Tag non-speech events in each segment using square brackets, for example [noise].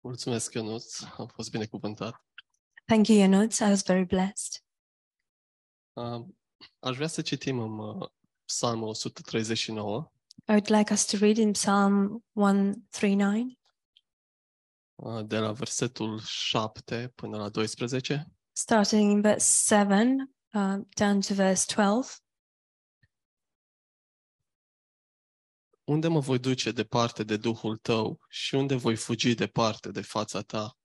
Mulțumesc, Ionuț, am fost binecuvântat. Thank you, Yanuts. I was very blessed. Uh, Aș vrea să citim în uh, Psalmul 139, I would like us to read in Psalm 139, uh, de la versetul 7 până la 12. starting in verse 7 uh, down to verse 12. Unde mă voi duce departe de Duhul tău și unde voi fugi departe de fața ta?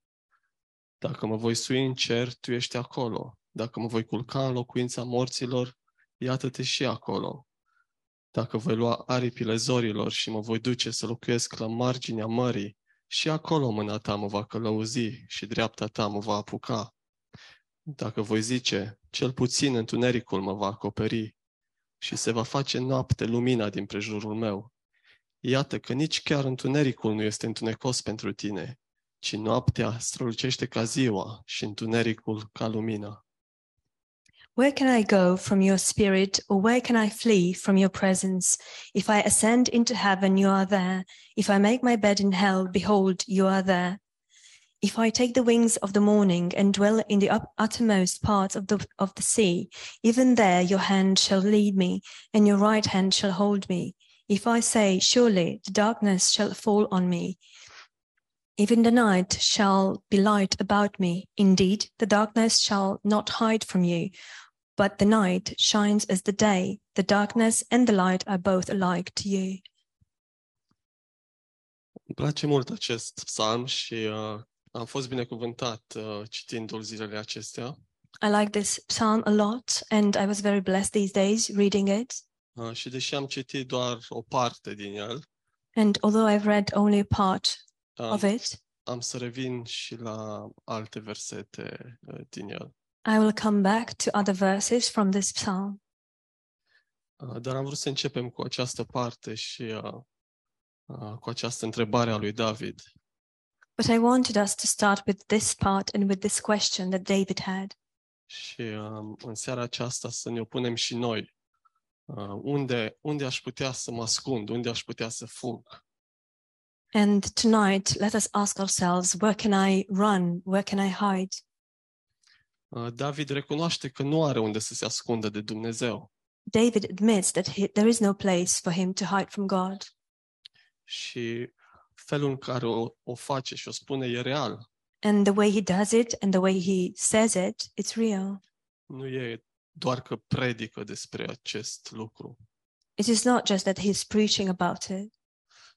Dacă mă voi sui în cer, tu ești acolo. Dacă mă voi culca în locuința morților, iată-te și acolo. Dacă voi lua aripile zorilor și mă voi duce să locuiesc la marginea mării, și acolo mâna ta mă va călăuzi și dreapta ta mă va apuca. Dacă voi zice, cel puțin întunericul mă va acoperi și se va face noapte lumina din prejurul meu. Iată că nici chiar întunericul nu este întunecos pentru tine, ci noaptea strălucește ca ziua și întunericul ca lumina. Where can I go from your spirit, or where can I flee from your presence? If I ascend into heaven, you are there. If I make my bed in hell, behold, you are there. If I take the wings of the morning and dwell in the up- uttermost parts of the, of the sea, even there your hand shall lead me, and your right hand shall hold me. If I say, Surely the darkness shall fall on me, even the night shall be light about me. Indeed, the darkness shall not hide from you, but the night shines as the day. The darkness and the light are both alike to you. Îmi place mult acest psalm și uh, am fost binecuvântat uh, citindu-l zilele acestea I like this psalm a lot, and I was very blessed these days reading it. uh, și deși am citit doar o parte din el, And although I've read only a part uh, of it, am să revin și la alte versete uh, din el. I will come back to other verses from this psalm. Uh, Dar am vrut să începem cu această parte și uh, uh, cu această întrebare a lui David. But I wanted us to start with this part and with this question that David had. Și um, în seara aceasta să ne opunem și noi. Uh, unde, unde aș putea să mă ascund? Unde aș putea să fug? And tonight, let us ask ourselves where can I run? Where can I hide? Uh, David recunoaște că nu are unde să se ascundă de Dumnezeu. David admits that he, there is no place for him to hide from God. Și felul în care o, o face și o spune e real. And the way he does it and the way he says it, it's real. Nu e doar că predică despre acest lucru. It is not just that he's preaching about it,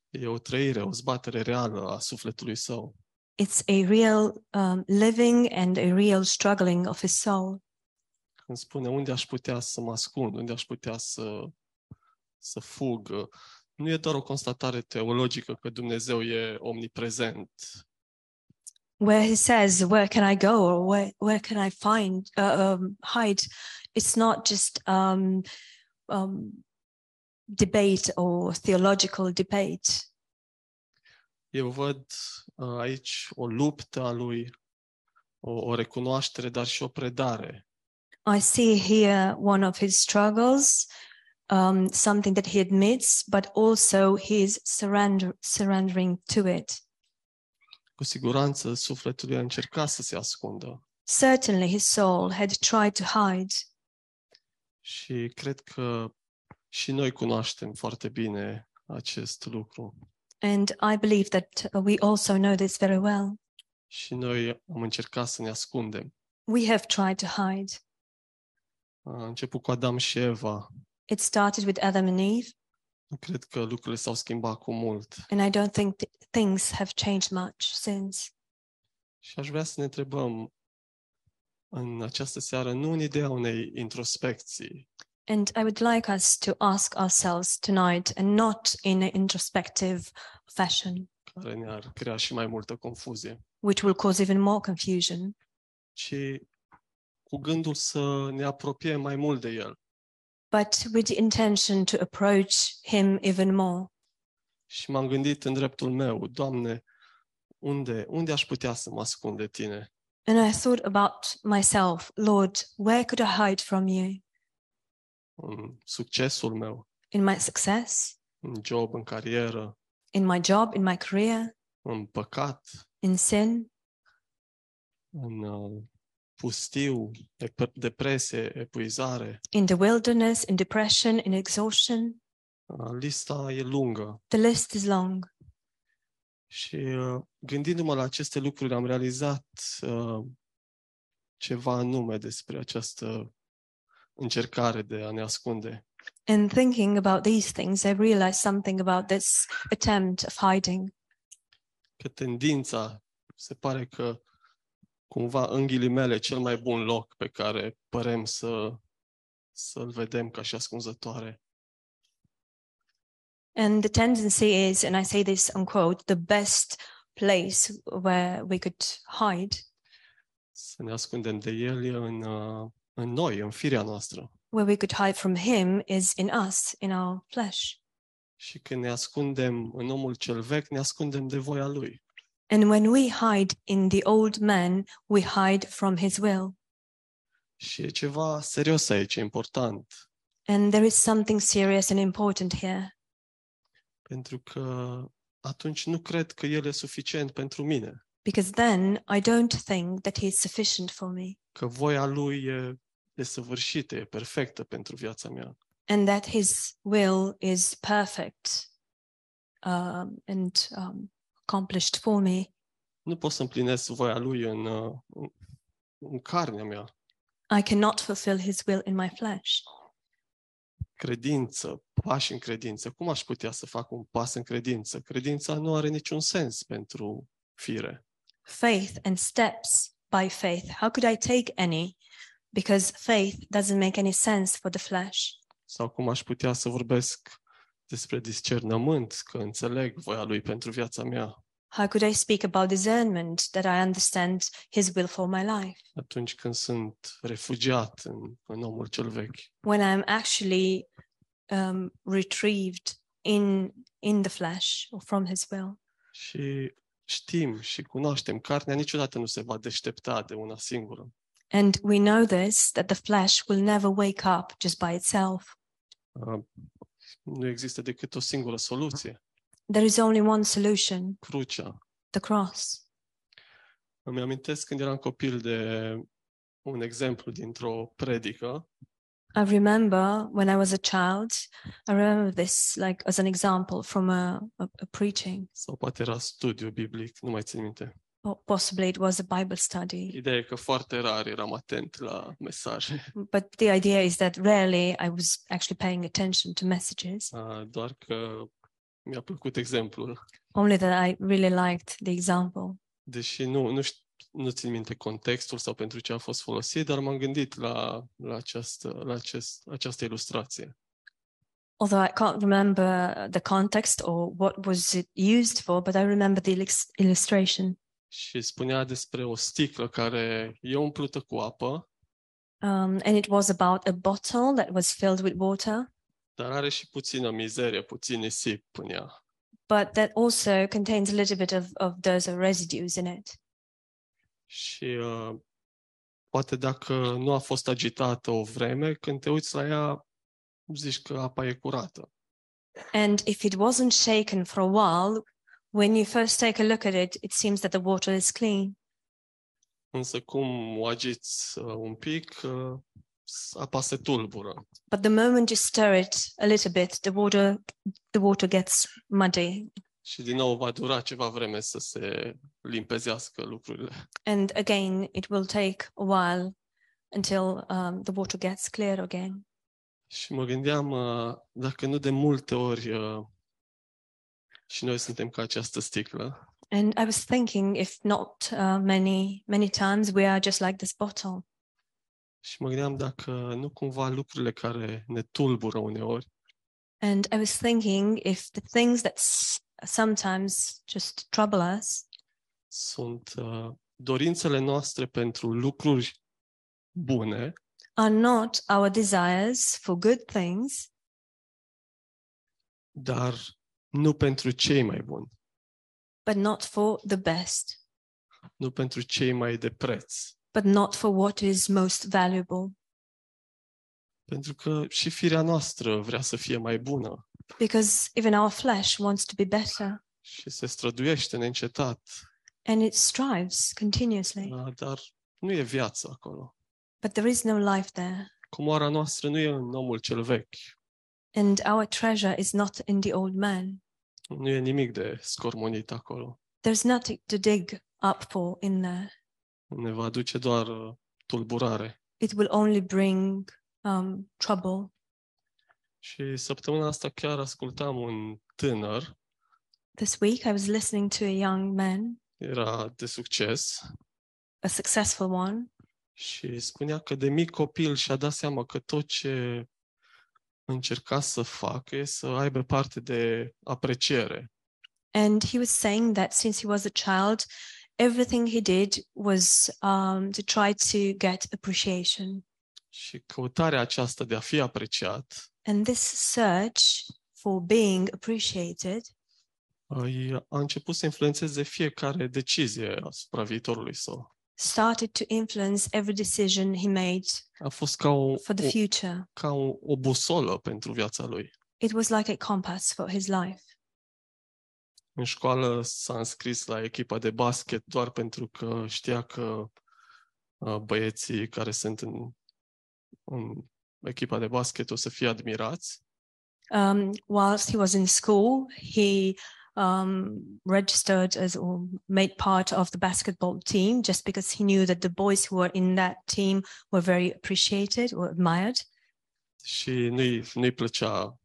E o trăire, o zbatere reală a sufletului său. it's a real um, living and a real struggling of his soul. Când spune unde aș putea să mă ascund, unde aș putea să, să fug, nu e doar o constatare teologică că Dumnezeu e omniprezent, Where he says, Where can I go or where, where can I find, uh, um, hide? It's not just um, um, debate or theological debate. Eu văd uh, aici o luptă a lui, o, o recunoaștere, dar și o predare. I see here one of his struggles, um, something that he admits, but also his surrender, surrendering to it. Cu siguranță, sufletul lui a încercat să se ascundă Certainly, his soul had tried to hide, și cred că și noi cunoaștem foarte bine acest lucru. and I believe that uh, we also know this very well. Și noi am încercat să ne ascundem. We have tried to hide. A început cu Adam și Eva. It started with Adam and Eve, Nu cred că lucrurile s-au schimbat cu mult. and I don't think th- things have changed much since. Și aș vrea să ne întrebăm în această seară, nu în ideea unei introspecții, And I would like us to ask ourselves tonight, and not in an introspective fashion, care ne-ar crea și mai multă confuzie, which will cause even more confusion. ci cu gândul să ne apropiem mai mult de El but with the intention to approach him even more. și m-am gândit în dreptul meu, Doamne, unde, unde aș putea să mă ascund de Tine? And I thought about myself, Lord, where could I hide from you? În succesul meu, In my success, în job, în carieră, in my job, in my career, în păcat, in sin, în uh, pustiu, dep- depresie, epuizare. in the wilderness, in depression, in exhaustion. Uh, Lista e lungă The list is long. și uh, gândindu-mă la aceste lucruri am realizat uh, ceva anume despre această încercare de a ne ascunde. In thinking about these things, I realized something about this attempt of hiding. Că tendința se pare că cumva în ghilimele cel mai bun loc pe care părem să, să-l vedem ca și ascunzătoare And the tendency is, and I say this unquote, the best place where we could hide, să ne ascundem de el e în, uh, în noi, în firea noastră. where we could hide from Him, is in us, in our flesh. Și când ne ascundem în omul cel vechi, ne ascundem de voia lui. And when we hide in the old man, we hide from His will. Și e ceva serios aici, e important, And there is something serious and important here, pentru că atunci nu cred că el e suficient pentru mine, because then I don't think that He is sufficient for me, că voia lui e desăvârșită, e perfectă pentru viața mea. and that His will is perfect um, and um, accomplished for me. Nu pot să împlinesc voia lui în, uh, în- în carnea mea. I cannot fulfill His will in my flesh. Credință, pași în credință. Cum aș putea să fac un pas în credință? Credința nu are niciun sens pentru fire. faith and steps by faith. How could I take any? Because faith doesn't make any sense for the flesh. sau cum aș putea să vorbesc despre discernământ, că înțeleg voia lui pentru viața mea, How could I speak about discernment that I understand His will for my life atunci când sunt refugiat în, în omul cel vechi. when I'm actually um, retrieved in in the flesh or from His will? Și știm și cunoaștem, carnea niciodată nu se va deștepta de una singură. And we know this that the flesh will never wake up just by itself. Uh, Nu există decât o singură soluție, There is only one solution: crucea. the cross. Îmi amintesc când eram copil de un exemplu dintr-o predică I remember when I was a child, I remember this like as an example from a, a, a preaching, sau poate era studiu biblic, nu mai țin minte. or possibly it was a Bible study. Ideea e că foarte rar eram atent la mesaje. But the idea is that rarely I was actually paying attention to messages, Uh, doar că mi-a plăcut exemplul, only that I really liked the example. deși nu, nu, știu, nu țin minte contextul sau pentru ce a fost folosit, dar m-am gândit la, la, această, la acest, această ilustrație. Although I can't remember the context or what was it used for, but I remember the illus- illustration. Și spunea despre o sticlă care e umplută cu apă, Um, and it was about a bottle that was filled with water, dar are și puțină mizerie, puțin nisip în ea. but that also contains a little bit of, of those residues in it. Și uh, poate dacă nu a fost agitată o vreme, când te uiți la ea, zici că apa e curată. And if it wasn't shaken for a while, when you first take a look at it, it seems that the water is clean. Însă cum o agiți uh, un pic, uh, s- apa se tulbură. But the moment you stir it a little bit, the water the water gets muddy. Și din nou va dura ceva vreme să se limpezească lucrurile. [laughs] And again, it will take a while until um, the water gets clear again. Și mă gândeam uh, dacă nu de multe ori uh, și noi suntem ca această sticlă, And I was thinking, if not uh, many, many times, we are just like this bottle. și mă gândeam dacă nu cumva lucrurile care ne tulbură uneori And I was thinking, if the things that s- sometimes just trouble us sunt uh, dorințele noastre pentru lucruri bune, are not our desires for good things, dar nu pentru cei mai buni, but not for the best, nu pentru cei mai de preț. but not for what is most valuable. Pentru că și firea noastră vrea să fie mai bună Because even our flesh wants to be better și se străduiește neîncetat and it strives continuously. Da, Dar nu e viață acolo. But there is no life there, Comoara noastră nu e în omul cel vechi. and our treasure is not in the old man. Nu e nimic de scormonit acolo. There's nothing to dig up for in there. Ne va aduce doar uh, tulburare. It will only bring um, trouble. Și săptămâna asta chiar ascultam un tânăr, This week I was listening to a young man, era de succes, a successful one, și spunea că de mic copil și-a dat seama că tot ce încerca să facă e să aibă parte de apreciere. and he was saying that since he was a child, everything he did was um, to try to get appreciation. Și căutarea aceasta de a fi apreciat And this search for being appreciated îi a început să influențeze fiecare decizie asupra viitorului său. started to influence every decision he made A fost ca o, for the o, future. ca o, o busolă pentru viața lui. It was like a compass for his life. În școală s-a înscris la echipa de basket doar pentru că știa că uh, băieții care sunt în, în echipa de basket o să fie admirați. Um, whilst he was in school, he um, registered as or made part of the basketball team just because he knew that the boys who were in that team were very appreciated or admired. și nu-i, nu-i plăcea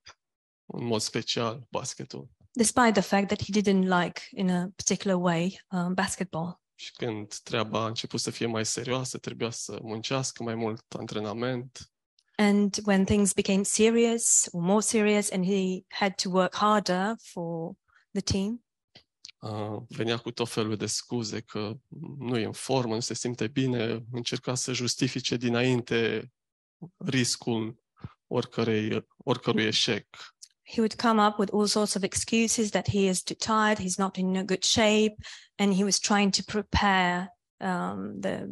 în mod special basketul. Despite the fact that he didn't like, in a particular way, um, basketball. Și când treaba a început să fie mai serioasă, trebuia să muncească mai mult antrenament, And when things became serious or more serious, and he had to work harder for the team, uh, venea cu tot felul de scuze că nu e în formă, nu se simte bine, încerca să justifice dinainte riscul oricărei, oricărui eșec. he would come up with all sorts of excuses that he is too tired, he's not in a good shape, and he was trying to prepare um, the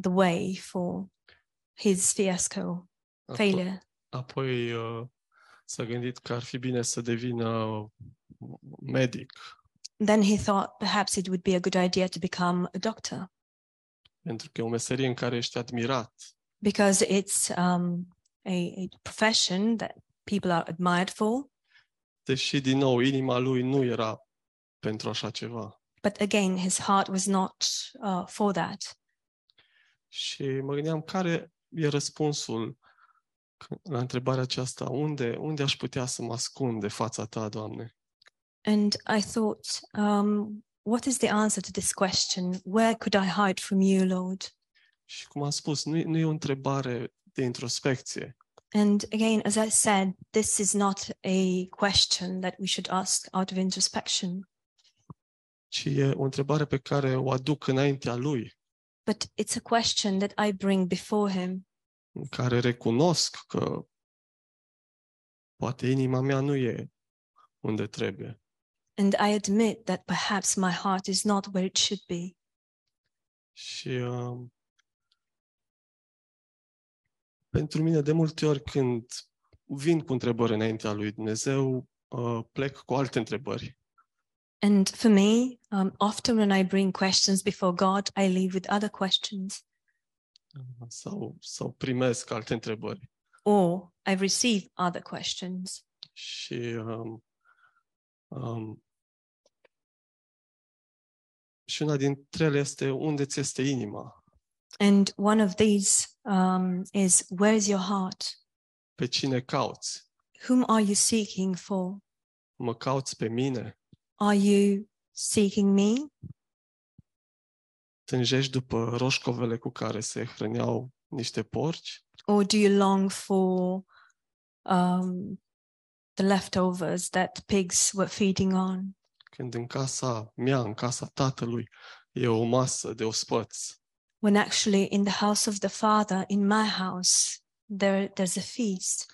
the way for his fiasco Apo- failure. apoi uh, s-a gândit că ar fi bine să devină medic, Then he thought perhaps it would be a good idea to become a doctor pentru că e o meserie în care ești admirat. because it's um, a, a profession that people are admired for. deși, din nou, inima lui nu era pentru așa ceva. But again, his heart was not uh, for that. Și mă gândeam care e răspunsul c- la întrebarea aceasta. Unde, unde aș putea să mă ascund de fața ta, Doamne? And I thought, um, what is the answer to this question? Where could I hide from you, Lord? Și cum am spus, nu, e- nu e o întrebare de introspecție, And again, as I said, this is not a question that we should ask out of introspection, ci e o întrebare pe care o aduc înaintea lui, but it's a question that I bring before Him. în care recunosc că poate inima mea nu e unde trebuie. And I admit that perhaps my heart is not where it should be. Și uh, pentru mine, de multe ori când vin cu întrebări înaintea lui Dumnezeu, uh, plec cu alte întrebări. And for me, um, often when I bring questions before God, I leave with other questions, uh, Sau, sau primesc alte întrebări. or I receive other questions. Și um, um, și una dintre ele este unde ți este inima? And one of these um, is Where is your heart? Pe cine cauți? Whom are you seeking for? Mă cauți pe mine? Are you seeking me? Tânjești după roșcovele cu care se hrăneau niște porci? Or do you long for um, the leftovers that the pigs were feeding on? când în casa mea, în casa tatălui, e o masă de ospăți. When actually, in the house of the Father, in my house, there, there's a feast.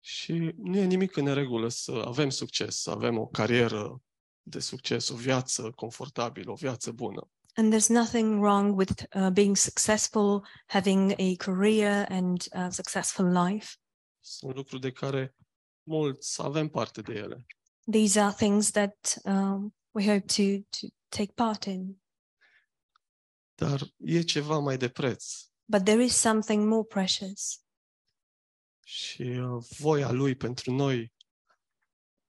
Și nu e nimic în regulă să avem succes, să avem o carieră de succes, o viață confortabilă, o viață bună. And there's nothing wrong with uh, being successful, having a career and a successful life. Sunt lucruri de care mulți avem parte de ele. these are things that um, we hope to to take part in. Dar e ceva mai de preț but there is something more precious. și uh, voia Lui pentru noi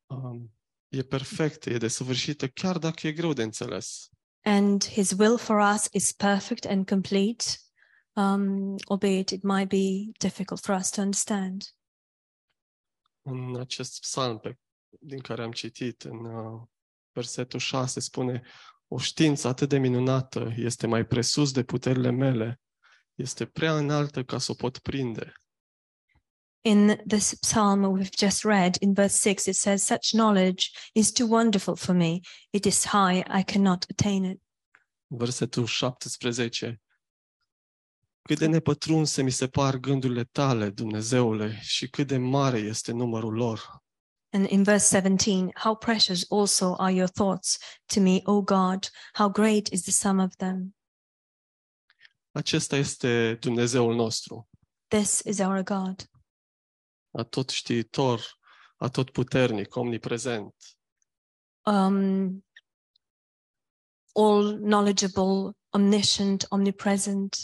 um, e perfectă, e desăvârșită, chiar dacă e greu de înțeles. And His will for us is perfect and complete, um, albeit it might be difficult for us to understand. în acest psalm pe, din care am citit, în uh, versetul 6, spune O știință atât de minunată este mai presus de puterile mele, este prea înaltă ca să o pot prinde. In this psalm we've just read, in verse 6, it says, Such knowledge is too wonderful for me. It is high, I cannot attain it. Versetul 17 Cât de nepătrunse mi se par gândurile tale, Dumnezeule, și cât de mare este numărul lor. And in verse 17, How precious also are your thoughts to me, O God! How great is the sum of them! Acesta este Dumnezeul nostru, This is our God, atot știitor, atot puternic, omniprezent. um, all knowledgeable, omniscient, omnipresent.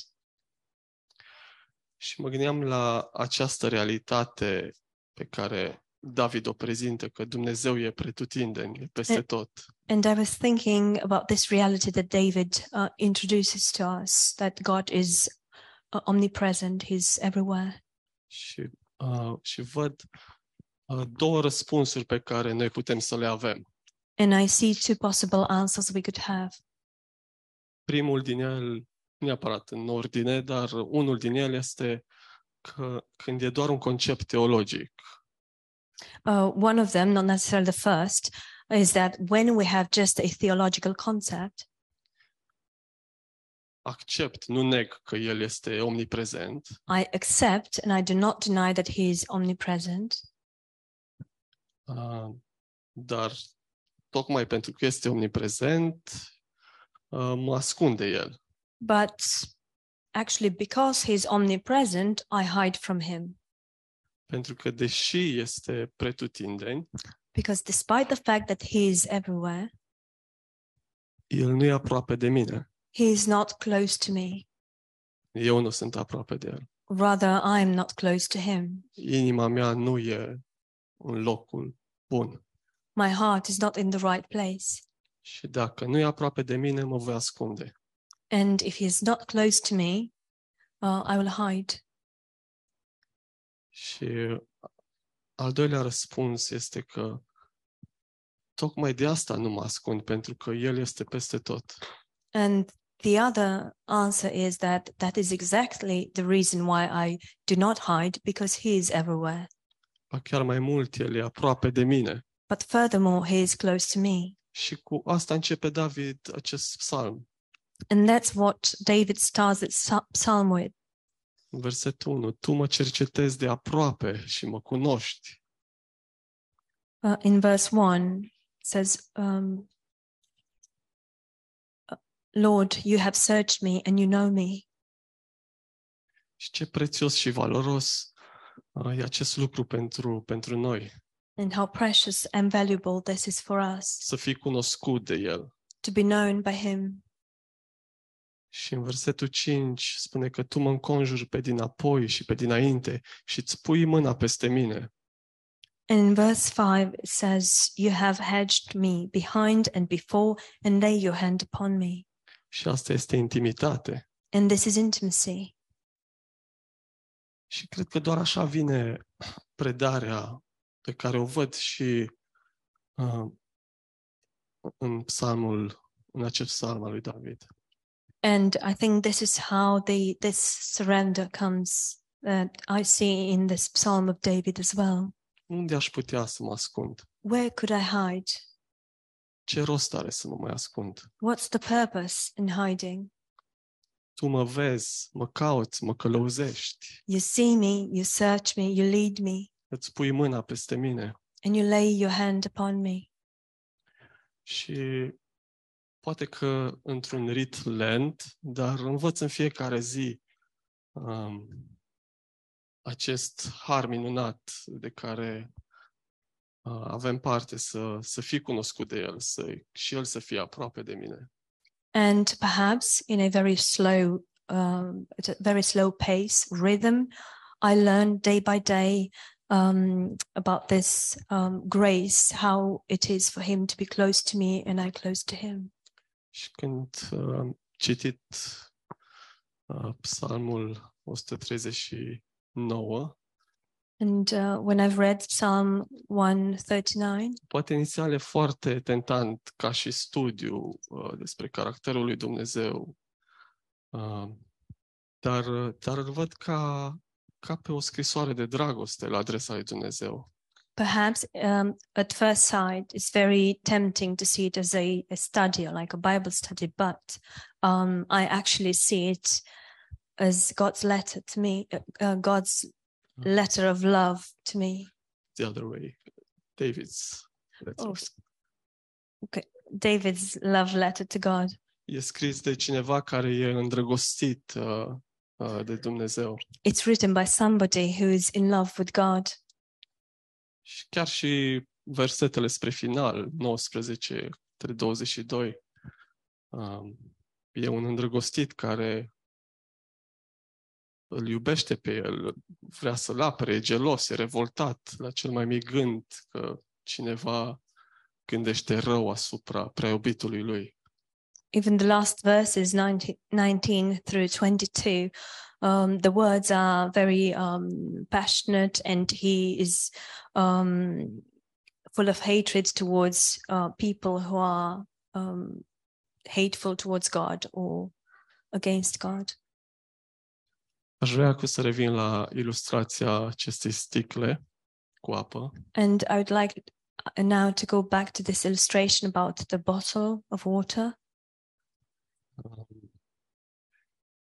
Și mă gândeam la această realitate pe care David o prezintă, că Dumnezeu e pretutindeni, e peste E- tot. And I was thinking about this reality that David uh, introduces to us that God is uh, omnipresent, He's everywhere. Și, uh, și văd uh, două răspunsuri pe care noi putem să le avem. And I see two possible answers we could have. Primul din el, nu neapărat în ordine, dar unul din el este că când e doar un concept teologic, Uh, one of them, not necessarily the first, is that when we have just a theological concept, accept, nu neg că el este omniprezent, I accept and I do not deny that He is omnipresent. Uh, dar tocmai pentru că este omniprezent, uh, mă ascunde el. But actually, because he's omnipresent, I hide from him. Pentru că deși este pretutindeni, Because despite the fact that he is everywhere, el nu e aproape de mine. he is not close to me. Eu nu sunt aproape de el. Rather, I am not close to him. Inima mea nu e în locul bun. My heart is not in the right place. Și dacă nu e aproape de mine, mă voi ascunde. And if he is not close to me, uh, I will hide. Și al doilea răspuns este că tocmai de asta nu mă ascund, pentru că el este peste tot. And the other answer is that that is exactly the reason why I do not hide, because he is everywhere. Ba chiar mai mult, el e aproape de mine. But furthermore, he is close to me. Și cu asta începe David acest psalm, And that's what David starts its psa- psalm with. în versetul 1. Tu mă cercetezi de aproape și mă cunoști. Uh, in verse 1, it says, um, uh, Lord, you have searched me and you know me. Și ce prețios și valoros uh, e acest lucru pentru, pentru noi, And how precious and valuable this is for us să fii cunoscut de el. to be known by him. Și în versetul 5 spune că tu mă înconjuri pe dinapoi și pe dinainte și îți pui mâna peste mine. And in verse 5, it says, You have hedged me behind and before and lay your hand upon me. Și asta este intimitate. And this is intimacy. Și cred că doar așa vine predarea pe care o văd și uh, în psalmul, în acest psalm al lui David. And I think this is how the this surrender comes that I see in this Psalm of David as well. Unde aș putea să mă ascund? Where could I hide? Ce rost are să mă mai ascund? What's the purpose in hiding? Tu mă vezi, mă cauți, mă călăuzești, You see me, you search me, you lead me, îți pui mâna peste mine. and you lay your hand upon me. Și poate că într-un rit lent, dar învăț în fiecare zi um, acest har minunat de care uh, avem parte să, să fii cunoscut de el să, și el să fie aproape de mine. and perhaps in a very slow, um, at a very slow pace rhythm, I learned day by day um, about this um, grace, how it is for Him to be close to me and I close to Him. Și când uh, am citit uh, Psalmul 139, And uh, when I've read Psalm 139, poate inițial e foarte tentant ca și studiu uh, despre caracterul lui Dumnezeu, uh, dar, dar îl văd ca, ca pe o scrisoare de dragoste la adresa lui Dumnezeu. perhaps um, at first sight it's very tempting to see it as a, a study or like a Bible study, but um, I actually see it as God's letter to me, uh, uh, God's letter of love to me. The other way, David's. letter. Oh. David's love letter to God. E scris de cineva care e îndrăgostit uh, uh, de Dumnezeu. It's written by somebody who is in love with God. Și chiar și versetele spre final, 19 între 22, um, e un îndrăgostit care îl iubește pe el, vrea să-l apere, e gelos, e revoltat la cel mai mic gând că cineva gândește rău asupra prea iubitului lui. even the last verses 19, 19 through 22 um, the words are very um, passionate and he is um, full of hatred towards uh, people who are um, hateful towards god or against god Aș vrea acum să revin la ilustrația acestei sticle cu apă. and i would like now to go back to this illustration about the bottle of water Um,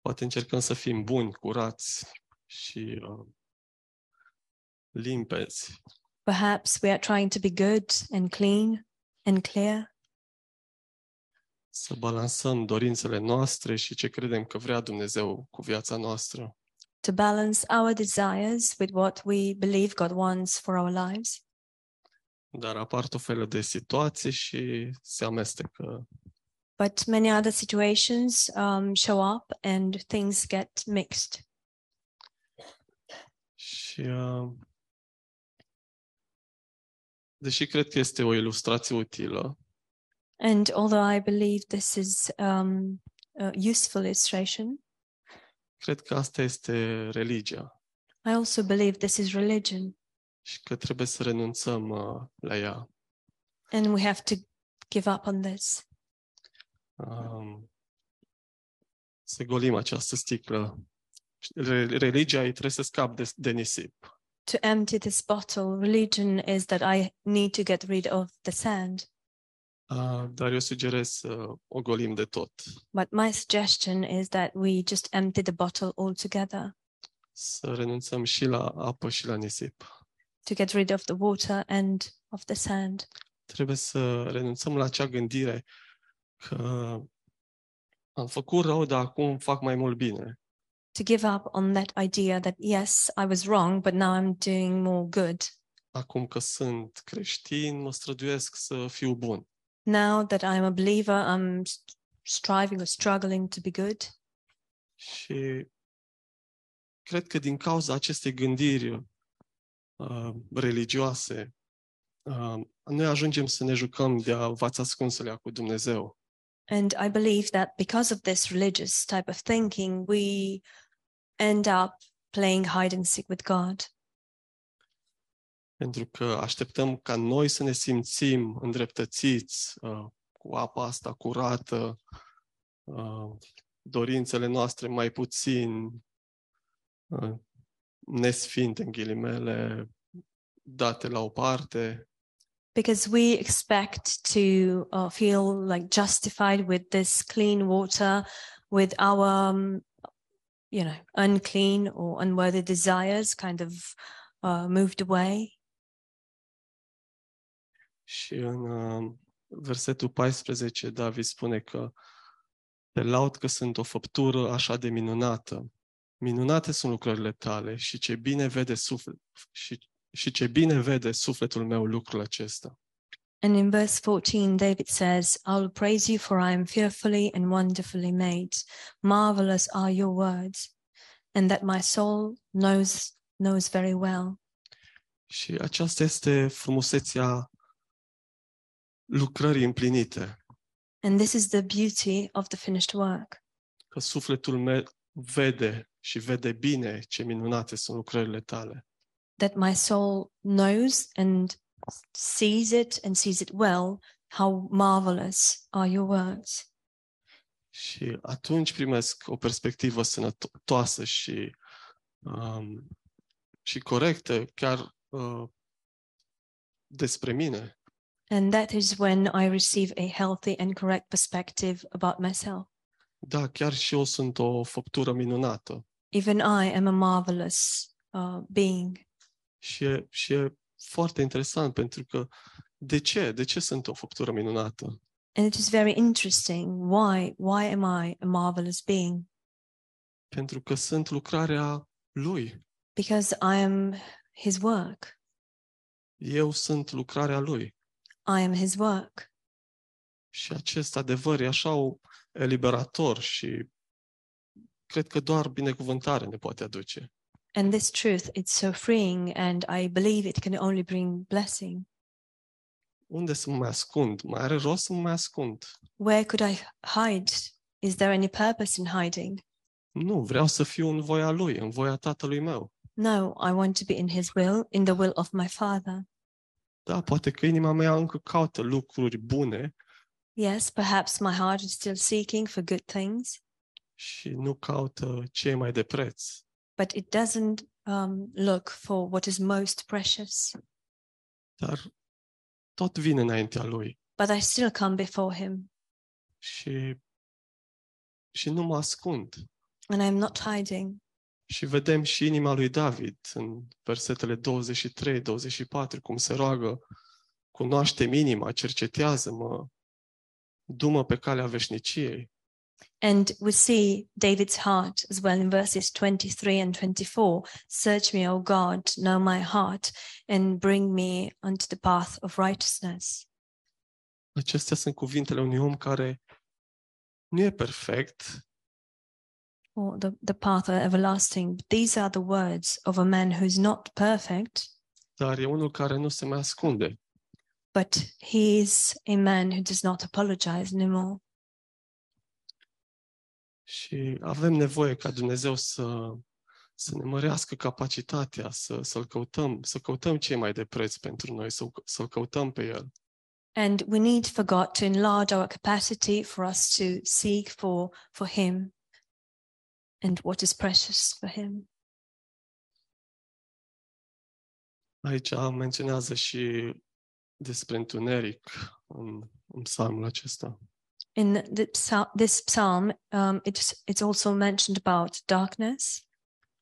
Poate încercăm să fim buni, curați și uh, limpezi. perhaps we are trying to be good and clean and clear Să balansăm dorințele noastre și ce credem că vrea Dumnezeu cu viața noastră. to balance our desires with what we believe God wants for our lives. Dar apar tot felul de situații și se amestecă. But many other situations um, show up and things get mixed. Și uh, deși cred că este o ilustrație utilă, And although I believe this is um, a useful illustration, cred că asta este religia I also believe this is religion și că trebuie să renunțăm uh, la ea. and we have to give up on this. um, să golim această sticlă. Re- Religia ei trebuie să scap de, de nisip. To empty this bottle, religion is that I need to get rid of the sand. Uh, dar eu sugerez să o golim de tot. But my suggestion is that we just empty the bottle altogether. Să renunțăm și la apă și la nisip. to get rid of the water and of the sand. Trebuie să renunțăm la acea gândire că am făcut rău, dar acum fac mai mult bine. To give up on that idea that, yes, I was wrong, but now I'm doing more good. Acum că sunt creștin, mă străduiesc să fiu bun. Now that I'm a believer, I'm s- striving or struggling to be good. Și cred că din cauza acestei gândiri uh, religioase, uh, noi ajungem să ne jucăm de avați ascunselea cu Dumnezeu. And I believe that because of this religious type of thinking, we end up playing hide and seek with God Pentru că așteptăm ca noi să ne simțim îndreptățiți uh, cu apa asta curată, uh, dorințele noastre mai puțin uh, nesfinte, în ghilimele, date la o parte. because we expect to uh, feel like justified with this clean water, with our, um, you know, unclean or unworthy desires kind of uh, moved away. Și în uh, versetul 14, David spune că te laud că sunt o făptură așa de minunată. Minunate sunt lucrările tale și ce bine vede suflet și, și ce bine vede sufletul meu lucrul acesta. And in verse 14, David says, I will praise you, for I am fearfully and wonderfully made. Marvelous are your words, and that my soul knows, knows very well. Și aceasta este frumusețea lucrării împlinite, And this is the beauty of the finished work că sufletul meu vede și vede bine ce minunate sunt lucrările tale. that my soul knows and sees it and sees it well. How marvelous are your words. Și atunci primesc o perspectivă sănătoasă și, um, și corectă chiar uh, despre mine. And that is when I receive a healthy and correct perspective about myself. Da, chiar și eu sunt o făptură minunată Even I am a marvelous uh, being. și e, și e foarte interesant pentru că de ce? De ce sunt o făptură minunată? And it is very interesting. Why? Why am I a marvelous being? Pentru că sunt lucrarea Lui. Because I am his work. Eu sunt lucrarea Lui. I am his work. Și acest adevăr e așa o eliberator și cred că doar binecuvântare ne poate aduce. And this truth, it's so freeing, and I believe it can only bring blessing. Unde să mă mai ascund? Mai are rost să mă mai ascund? Where could I hide? Is there any purpose in hiding? Nu, vreau să fiu în voia Lui, în voia Tatălui meu. No, I want to be in his will, in the will of my Father. Da, poate că inima mea încă caută lucruri bune Yes, perhaps my heart is still seeking for good things, și nu caută ce e mai de preț. but it doesn't um, look for what is most precious. Dar tot vine înaintea Lui But I still come before him, și, și nu mă ascund. and I'm not hiding. Și vedem și inima lui David în versetele 23-24, cum se roagă, cunoaște-mi inima, cercetează-mă, dumă pe calea veșniciei. And we see David's heart as well in verses 23 and 24 Search me, O God, know my heart, and bring me unto the path of righteousness. Acestea sunt cuvintele unui om care nu e perfect, Or the, the path of everlasting. These are the words of a man who's not perfect, dar e unul care nu se mai ascunde. but he is a man who does not apologize anymore. Și avem nevoie ca Dumnezeu să, să ne mărească capacitatea, să, să-L căutăm, să căutăm ce e mai de preț pentru noi, să, să-L căutăm pe El. And we need for God to enlarge our capacity for us to seek for, for him and what is precious for him. Aici menționează și despre întuneric în, în psalmul acesta. in the, psa- this psalm, um, it's it's also mentioned about darkness,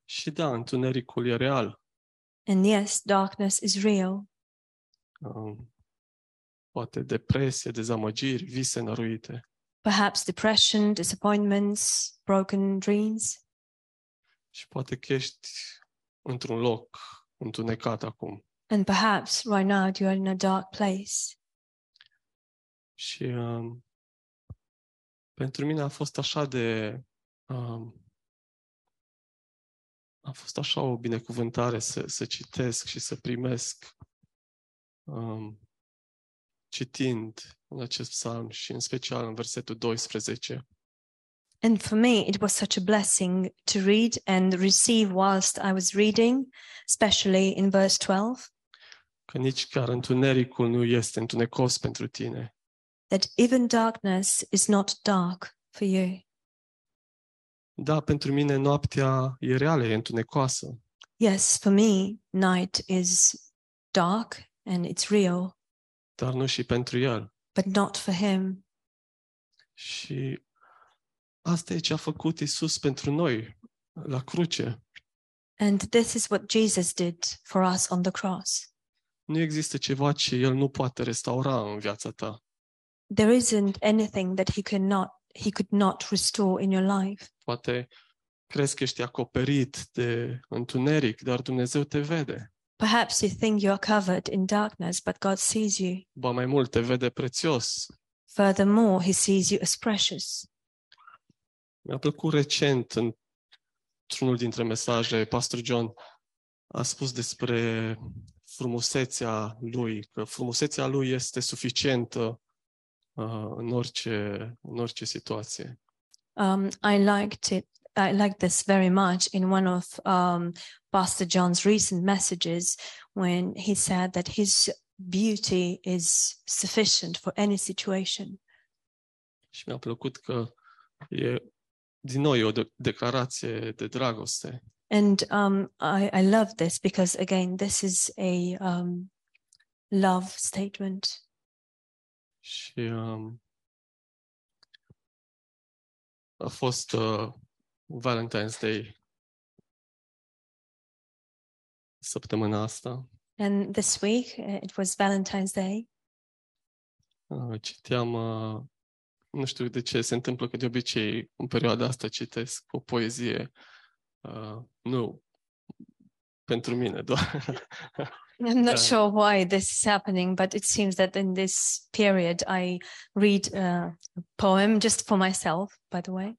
Și da, întunericul e real. and yes, darkness is real. Um, Poate depresie, dezamăgiri, vise năruite. Perhaps depression, disappointments, broken dreams, Și poate că ești într-un loc întunecat acum. and perhaps right now you are in a dark place. Și um, pentru mine a fost așa de... Um, a fost așa o binecuvântare să, să citesc și să primesc um, citind în acest psalm și în special în versetul 12. And for me, it was such a blessing to read and receive whilst I was reading, especially in verse 12, Că nici chiar întunericul nu este întunecos pentru tine. that even darkness is not dark for you. Da, pentru mine noaptea e reală, e întunecoasă. Yes, for me, night is dark and it's real. Dar nu și pentru el. but not for him. Și asta e ce a făcut Isus pentru noi la cruce. And this is what Jesus did for us on the cross. Nu există ceva ce El nu poate restaura în viața ta. There isn't anything that he could not he could not restore in your life. Poate crezi că ești acoperit de întuneric, dar Dumnezeu te vede. Perhaps you think you are covered in darkness, but God sees you. Ba mai mult, te vede prețios. Furthermore, He sees you as precious. Mi-a plăcut recent, în- într-unul dintre mesaje, Pastor John a spus despre frumusețea lui, că frumusețea lui este suficientă uh, în orice, în orice situație. Um, I liked it. I liked this very much in one of um, Pastor John's recent messages when he said that his beauty is sufficient for any situation. Și mi-a plăcut că e, din nou, e o de- declarație de dragoste. And um, I, I love this because, again, this is a um, love statement. Și um, a fost uh, Valentine's Day săptămâna asta. And this week uh, it was Valentine's Day. Uh, citeam, uh, nu știu de ce se întâmplă că de obicei în perioada asta citesc o poezie, uh, nu pentru mine doar, [laughs] I'm not Uh, sure why this is happening, but it seems that in this period I read uh, a poem just for myself, by the way.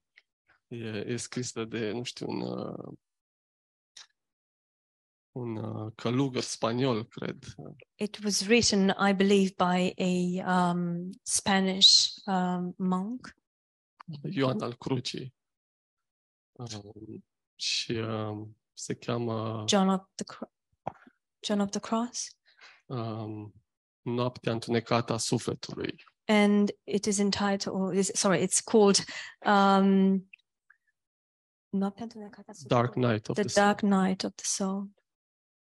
e, e scrisă de, nu știu, un, uh, un uh, călugăr spaniol, cred, It was written, I believe, by a um, Spanish um, monk. Ioan al Crucii. Um, și um, se cheamă John of the Cro- John of the Cross, um, Noaptea întunecată a sufletului. and it is entitled. Or is, sorry, it's called um, Noaptea Întunecată a Dark Sufletului. Night of the, The Dark Night of the Soul,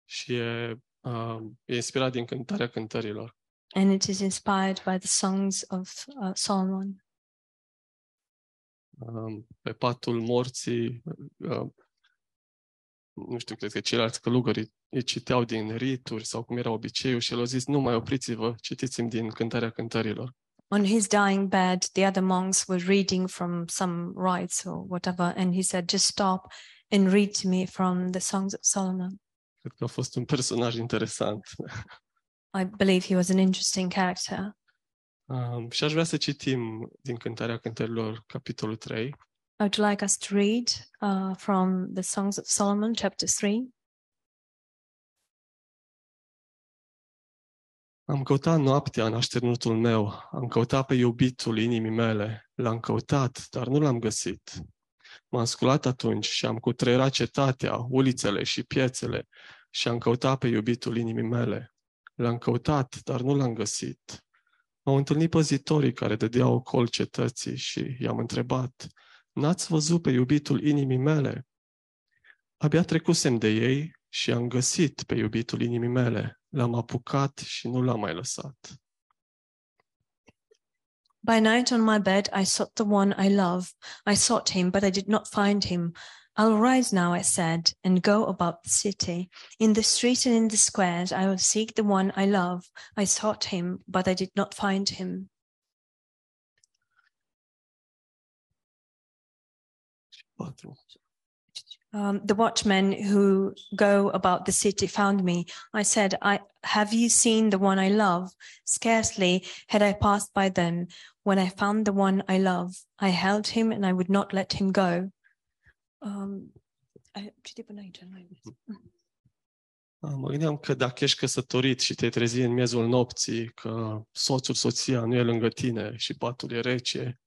Și e, um, e inspirat din cântarea cântărilor. and it is inspired by the songs of uh, Solomon. Um, pe patul morții, uh, nu știu, cred că ceilalți călugări îi citeau din rituri sau cum era obiceiul și el au zis, nu mai opriți-vă, citiți-mi din cântarea cântărilor. On his dying bed, the other monks were reading from some rites or whatever, and he said, "Just stop and read to me from the songs of Solomon." Cred că a fost un [laughs] personaj interesant. I believe he was an interesting character. Um, și aș vrea să citim din Cântarea Cântărilor, capitolul 3, I would like us to read uh, from the Songs of Solomon, chapter 3. Am căutat noaptea în așternutul meu, am căutat pe iubitul inimii mele, l-am căutat, dar nu l-am găsit. M-am sculat atunci și am cutreierat cetatea, ulițele și piețele și am căutat pe iubitul inimii mele. L-am căutat, dar nu l-am găsit. M-au întâlnit păzitorii care dădeau ocol cetății și i-am întrebat, N-ați văzut pe iubitul inimii mele? Abia trecusem de ei și am găsit pe iubitul inimii mele. L-am apucat și nu l-am mai lăsat. By night on my bed, I sought the one I love. I sought him, but I did not find him. I'll rise now, I said, and go about the city. In the streets and in the squares, I will seek the one I love. I sought him, but I did not find him. Patru. Um, the watchmen who go about the city found me. I said, I, Have you seen the one I love? Scarcely had I passed by them when I found the one I love. I held him and I would not let him go. Um, I- citi până aici, nu mai mult. Da, Mă gândeam că dacă ești căsătorit și te trezi în miezul nopții, că soțul, soția nu e lângă tine și patul e rece,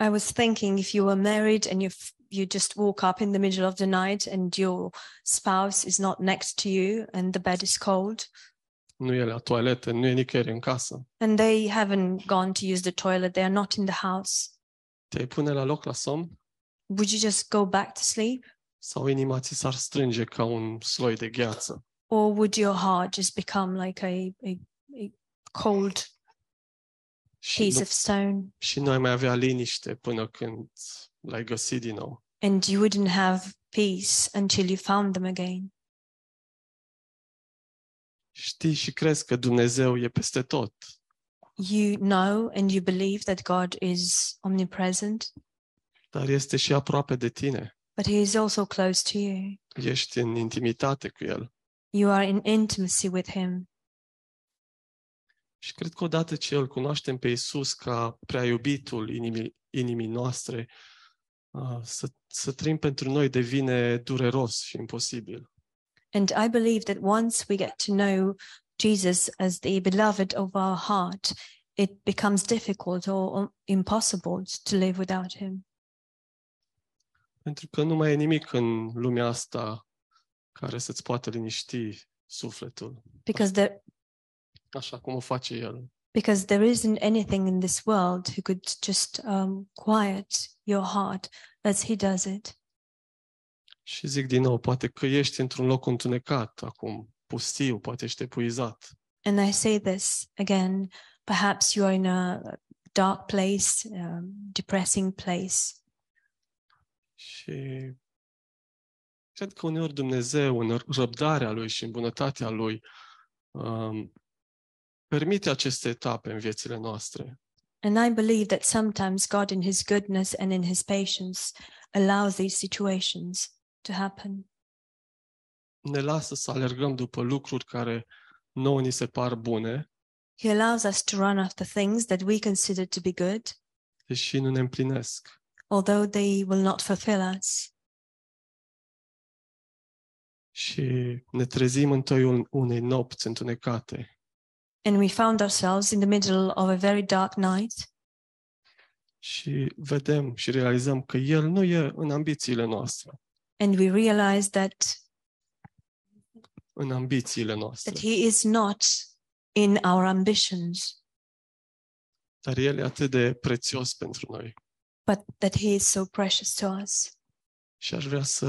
I was thinking if you were married and you f- you just woke up in the middle of the night and your spouse is not next to you and the bed is cold nu e la toaletă, nu e nicăieri în casă, and they haven't gone to use the toilet, they are not in the house. te-ai pune la loc la somn would you just go back to sleep sau inima ți s-ar strânge ca un sloi de gheață? or would your heart just become like a, a, a cold Și piece nu, of stone și nu ai mai avea liniște până când l-ai găsit din nou. and you wouldn't have peace until you found them again Știi și crezi că Dumnezeu e peste tot. you know and you believe that god is omnipresent dar este și aproape de tine. but he is also close to you Ești în intimitate cu El. You are in intimacy with Him. Și cred că odată ce îl cunoaștem pe Isus ca prea iubitul inimii, inimii noastre, uh, să, să trăim pentru noi devine dureros și imposibil. And I believe that once we get to know Jesus as the beloved of our heart, it becomes difficult or impossible to live without Him. Pentru că nu mai e nimic în lumea asta care să-ți poată liniști sufletul, Because there, așa cum o face El. because there isn't anything in this world who could just um, quiet your heart as He does it. Și zic din nou, poate că ești într-un loc întunecat acum, pustiu, poate ești epuizat. And I say this again perhaps you are in a dark place, um, depressing place. Și cred că uneori Dumnezeu, în răbdarea Lui și în bunătatea Lui, um, permite aceste etape în viețile noastre. And I believe that sometimes God, in His goodness and in His patience, allows these situations to happen. Ne lasă să alergăm după lucruri care nouă ni se par bune, He allows us to run after things that we consider to be good, deși nu ne împlinesc. although they will not fulfill us. Și ne trezim în toiul unei nopți întunecate And we found ourselves in the middle of a very dark night, și vedem și realizăm că El nu e în ambițiile noastre, and we realized that, în ambițiile noastre, that He is not in our ambitions, dar El e atât de prețios pentru noi. but that He is so precious to us. Și aș vrea să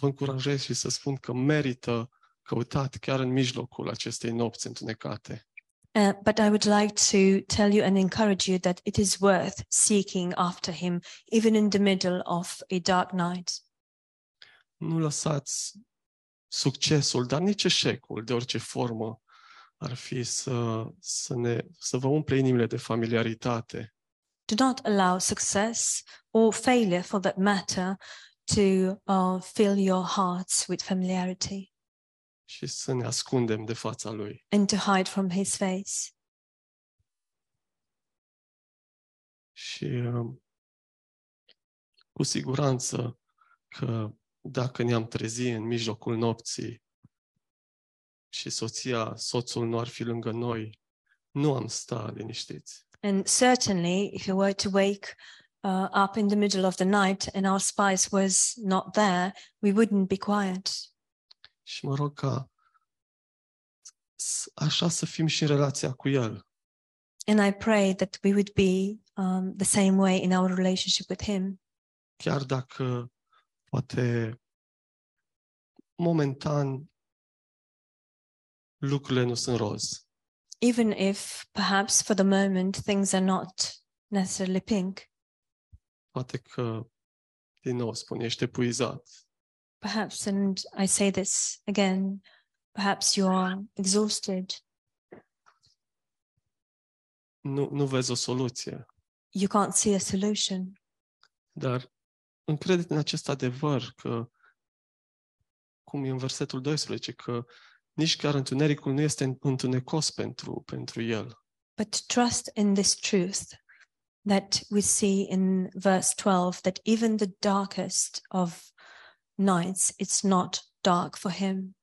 vă încurajez și să spun că merită căutat chiar în mijlocul acestei nopți întunecate. Uh, but I would like to tell you and encourage you that it is worth seeking after Him, even in the middle of a dark night. Nu lăsați succesul, dar nici eșecul, de orice formă ar fi să, să, ne, să vă umple inimile de familiaritate, Do not allow success or failure, for that matter, to uh, fill your hearts with familiarity și să ne ascundem de fața Lui. and to hide from His face. Și um, cu siguranță că dacă ne-am trezit în mijlocul nopții și soția, soțul nu ar fi lângă noi, nu am sta liniștiți. And certainly, if you were to wake uh, up in the middle of the night and our spice was not there, we wouldn't be quiet. Și mă rog ca s- așa să fim și în relația cu El, And I pray that we would be um, the same way in our relationship with Him. chiar dacă poate momentan lucrurile nu sunt roz. even if perhaps for the moment things are not necessarily pink, Poate că, din nou spun, ești epuizat, perhaps, and I say this again, perhaps you are exhausted, nu, nu vezi o soluție, you can't see a solution. dar încrede în acest adevăr că, cum e în versetul 12, că nici chiar întunericul nu este întunecos pentru, pentru el. But trust in this truth that we see in verse 12 that even the darkest of nights, it's not dark for him,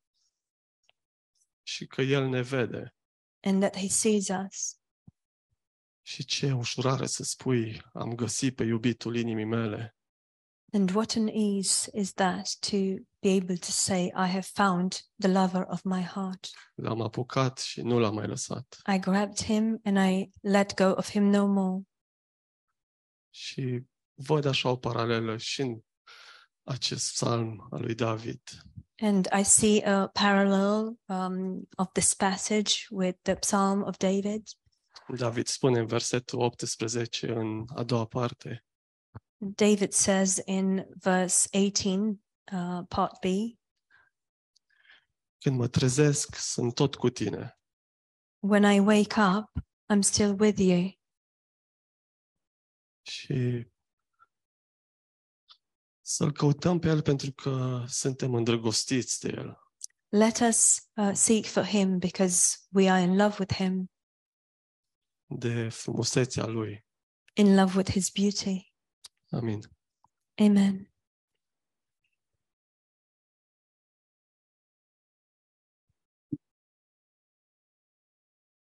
Și că el ne vede. and that he sees us. Și ce ușurare să spui, am găsit pe iubitul inimii mele. And what an ease is that to be able to say, I have found the lover of my heart. L-am apucat și nu l-am mai lăsat. I grabbed him and I let go of him no more. Și văd așa o paralelă și în acest psalm al lui David. And I see a parallel um, of this passage with the Psalm of David. David spune în versetul 18, în a doua parte, David says in verse 18, uh, part B, Când mă trezesc, sunt tot cu tine. When I wake up, I'm still with you. Și să-L căutăm pe El pentru că suntem îndrăgostiți de El. Let us uh, seek for him because we are in love with him, de frumusețea Lui. in love with his beauty. Amin. Amen.